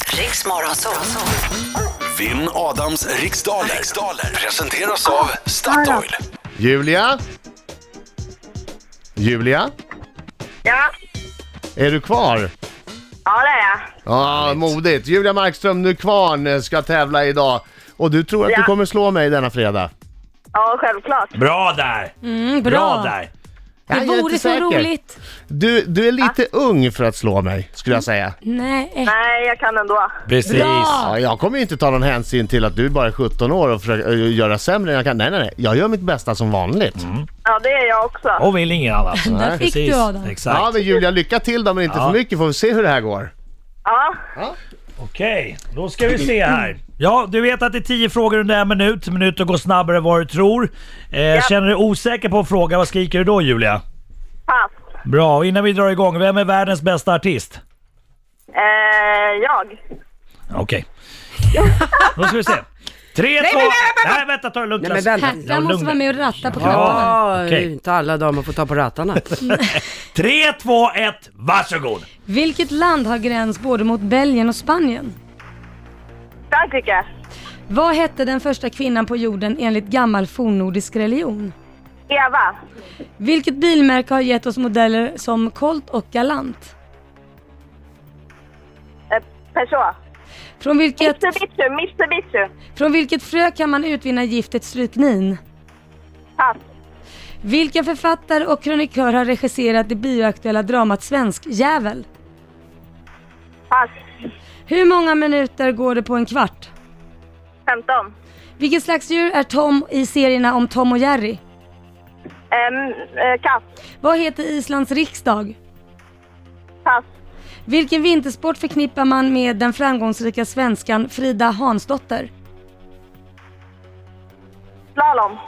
Riks så. Vinn Adams riksdaler. riksdaler presenteras av Statoil. Julia? Julia? Ja, Är du kvar? ja det är jag. Ja, modigt. Julia Markström, nu kvarn eh, ska tävla idag. Och du tror att Ja. du kommer slå mig denna fredag? Ja, självklart. Bra där! Mm, bra. Bra där! Ja, jag Det är inte vore så säker. roligt. Du, du är lite ung för att slå mig, skulle jag säga. Nej. eh, Nej, jag kan ändå. Precis. Bra. Ja, jag kommer ju inte ta någon hänsyn till att du bara är 17 år och försöker eh, göra sämre än jag kan. Nej, nej, nej. Jag gör mitt bästa som vanligt. Ja, det är jag också. Och vill inget annat. Där Nej, fick du, Adam. alltså. Exakt. Ja, men Julia, lycka till då, men inte Ja. för mycket. Får vi se hur det här går. Ja, Okej, då ska vi se här. Ja, du vet att det är 10 frågor under en minut. Minuter går snabbare än vad du tror. Eh, Känner du dig osäker på en fråga, vad skriker du då Julia? pass. Bra, och innan vi drar igång, vem är världens bästa artist? Eh, jag. Okej. Då ska vi se. Tre, två... Nej, vänta, ta det lugnt. Nej, men Lasse. vänta. Ja, Herrar måste lugn vara dig. med och ratta på knapparna. Ja, okej. det är ju inte alla damer får ta på rattarna. Tre, två, ett, varsågod! Vilket land har gräns både mot Belgien och Spanien? Frankrike. Vad hette den första kvinnan på jorden enligt gammal fornnordisk religion? Eva. Vilket bilmärke har gett oss modeller som Colt och Galant? Eh, Peugeot. Från vilket, Mitsubishi. Mitsubishi. från vilket frö kan man utvinna giftet stryknin? Pass. Vilken författare och krönikör har regisserat det bioaktuella dramat Svensk jävel? Pass. Hur många minuter går det på en kvart? 15. Vilket slags djur är Tom i serierna om Tom och Jerry? Ehm, eh, katt. Vad heter Islands riksdag? Pass. Vilken vintersport förknippar man med den framgångsrika svenskan Frida Hansdotter? Slalom.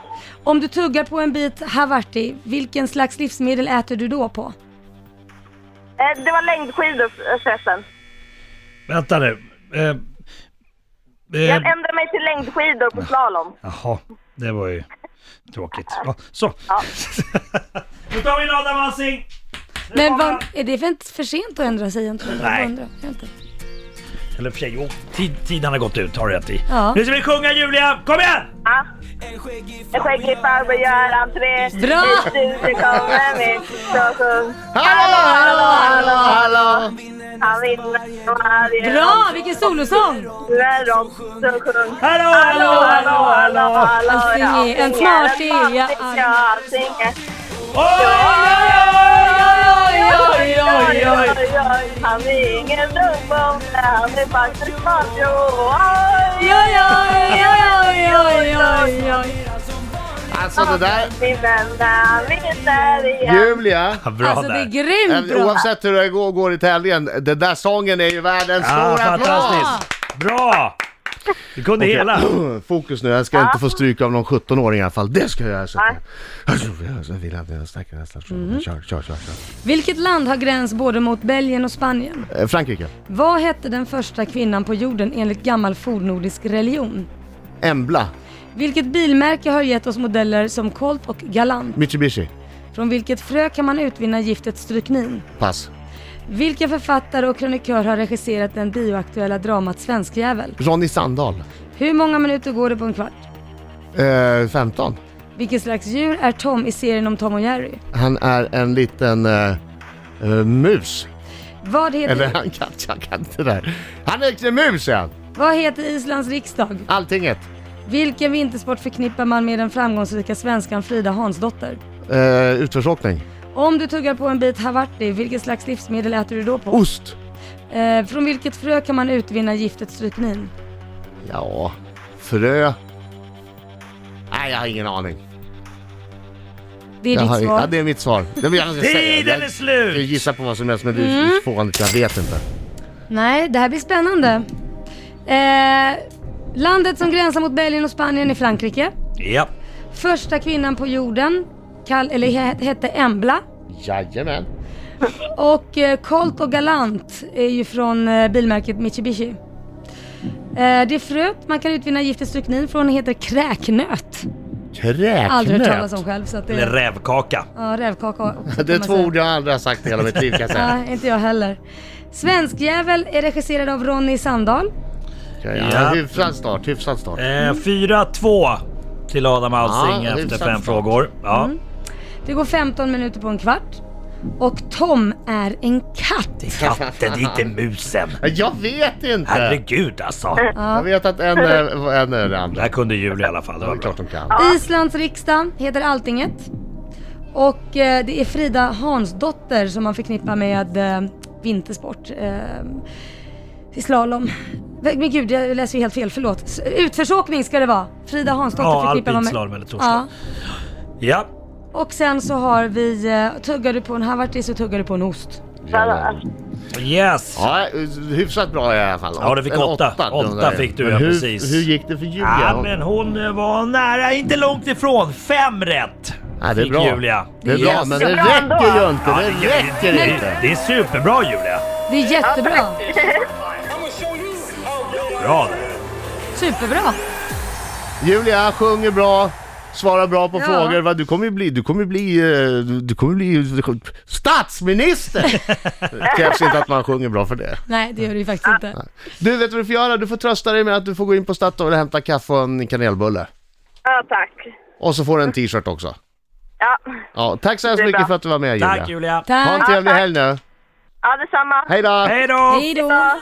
Om du tuggar på en bit havarti, vilken slags livsmedel äter du då på? Eh, det var längdskidor eh, förresten. Vänta nu. Eh, eh, Jag ändrar mig till längdskidor på slalom. jaha, det var ju tråkigt. Ja, så. Då tar vi in Adam Alsing! Men vad, är det för, för sent att ändra sig egentligen? Nej. Jag undrar, jag vet inte. Eller för sig, jo, tid, tiden har gått ut har du rätt i. Ja. Nu ska vi sjunga Julia, kom igen! Ja. En skäggig farbror gör entré. Bra! I studion kommer mitt Stockholm. Hallå, hallå, hallå, hallå! Han vinner varje Bra, vilken solosång! När de så sjunger. Hallå, hallå, hallå, hallå! Allting är en smartig, ja, arg. Oj, oj, oj, oj, oj, oj! Han är ingen dumbombe, han är faktiskt smart, jo. Oj, Oj, oj, oj, oj, oj, oj. Alltså det där... min vän, han vinner igen. Julia! Ja, Bra Alltså det är där. grymt Även, bra! oavsett hur det går, går i tävlingen, den där sången är ju världens Ja, stora applåd! fantastiskt! Bra! Du kunde Okej. hela. Fokus nu, jag ska inte få stryk av någon 17-åring i alla fall. Det ska jag göra. så att Nej. jag- Jag tror jag- jag vill att jag stärker nästa station. Kör, kör, kör, kör. Vilket land har gräns både mot Belgien och Spanien? Eh, Frankrike. Vad hette den första kvinnan på jorden enligt gammal fornnordisk religion? Embla. Vilket bilmärke har gett oss modeller som Colt och Galant? Mitsubishi. Från vilket frö kan man utvinna giftet stryknin? Pass. Vilken författare och krönikör har regisserat den bioaktuella dramat Svenskjävel? Ronny Sandahl. Hur många minuter går det på en kvart? Eh, 15. Vilket slags djur är Tom i serien om Tom och Jerry? Han är en liten eh, eh, mus. Vad heter, Eller han kan, jag kan inte det där. Han är en mus är han. vad heter Islands riksdag? Alltinget. Vilken vintersport förknippar man med den framgångsrika svenskan Frida Hansdotter? Eh, utförsåkning. Om du tuggar på en bit havarti, vilket slags livsmedel äter du då på? Ost. Eh, från vilket frö kan man utvinna giftet stryknin? Ja, frö. Nej, jag har ingen aning. Det är Jag har, ditt ja, svar. det är mitt svar. Det vill jag inte säga. Tiden är Jag- slut! Jag gissar på vad som helst men det Mm. är ju fånigt, jag vet inte. Nej, det här blir spännande. Eh, landet som gränsar mot Belgien och Spanien är Frankrike. Ja. Första kvinnan på jorden kall, eller, he- hette Embla. Jajamän. Och eh, Colt och Galant är ju från eh, bilmärket Mitsubishi. Eh, det fröet man kan utvinna giftet stryknin från heter kräknöt. Kräknöt. Aldrig hört talas om själv så att det Eller är... rävkaka. Ja, rävkaka också, Det kan är man två säga. ord jag aldrig har sagt i hela mitt liv kan jag säga. Nej, inte jag heller. Svenskjävel är regisserad av Ronny Sandahl. Okej, Ja. ja. Hyfsad start, hyfsad start. Eh, 4-2 till Adam Alsing Ja, Mm. efter hyfsat fem start. frågor. Ja. Det går 15 minuter på en kvart. Och Tom är en katt. Katten, det är inte musen. Jag vet inte! Herregud alltså. Jag vet att en, eh, var en är det Det andra. här kunde jul i alla fall. Det Det var är bra. klart de kan. Islands riksdag heter Alltinget. Och eh, det är Frida Hansdotter som man förknippar med eh, vintersport. Eh, I slalom. Men gud, jag läser ju helt fel, förlåt. S- Utförsåkning ska det vara. Frida Hansdotter Ja, förknippar man med... alpinslalom eller torsdag. Ja. Ja. Och sen så har vi, eh, tuggar du på en havertis så tuggar du på en ost. Jävlar. Yes. Ja, hyfsat bra i alla fall. Ja, du fick En åtta. de Åtta där. fick du, Men ja, hur, precis. Hur gick det för Julia? Ja, men hon eh, var nära, inte långt ifrån. Fem rätt Ja, det är fick bra. Julia. Det är bra, Yes. men det Bra ändå. räcker ju inte. Ja, Det räcker inte. Det är superbra Julia. Det är jättebra. Bra där. Superbra. Julia sjunger bra, svarar bra på Ja. frågor. Va? Du kommer ju bli, du kommer bli, eh, du- du kommer bli du kommer- statsminister! det krävs inte att man sjunger bra för det. Nej, det gör du ju faktiskt inte. Du, vet du vad du får göra? Du får trösta dig med att du får gå in på Statoil och hämta kaffe och en kanelbulle. Ja, tack. Och så får du en t-shirt också. Ja, Ja, tack så Det hemskt är mycket bra. för att du var med Julia. Tack Julia. Ha en Tack. trevlig helg nu. ja detsamma. Hej då! Hej då! Hej då.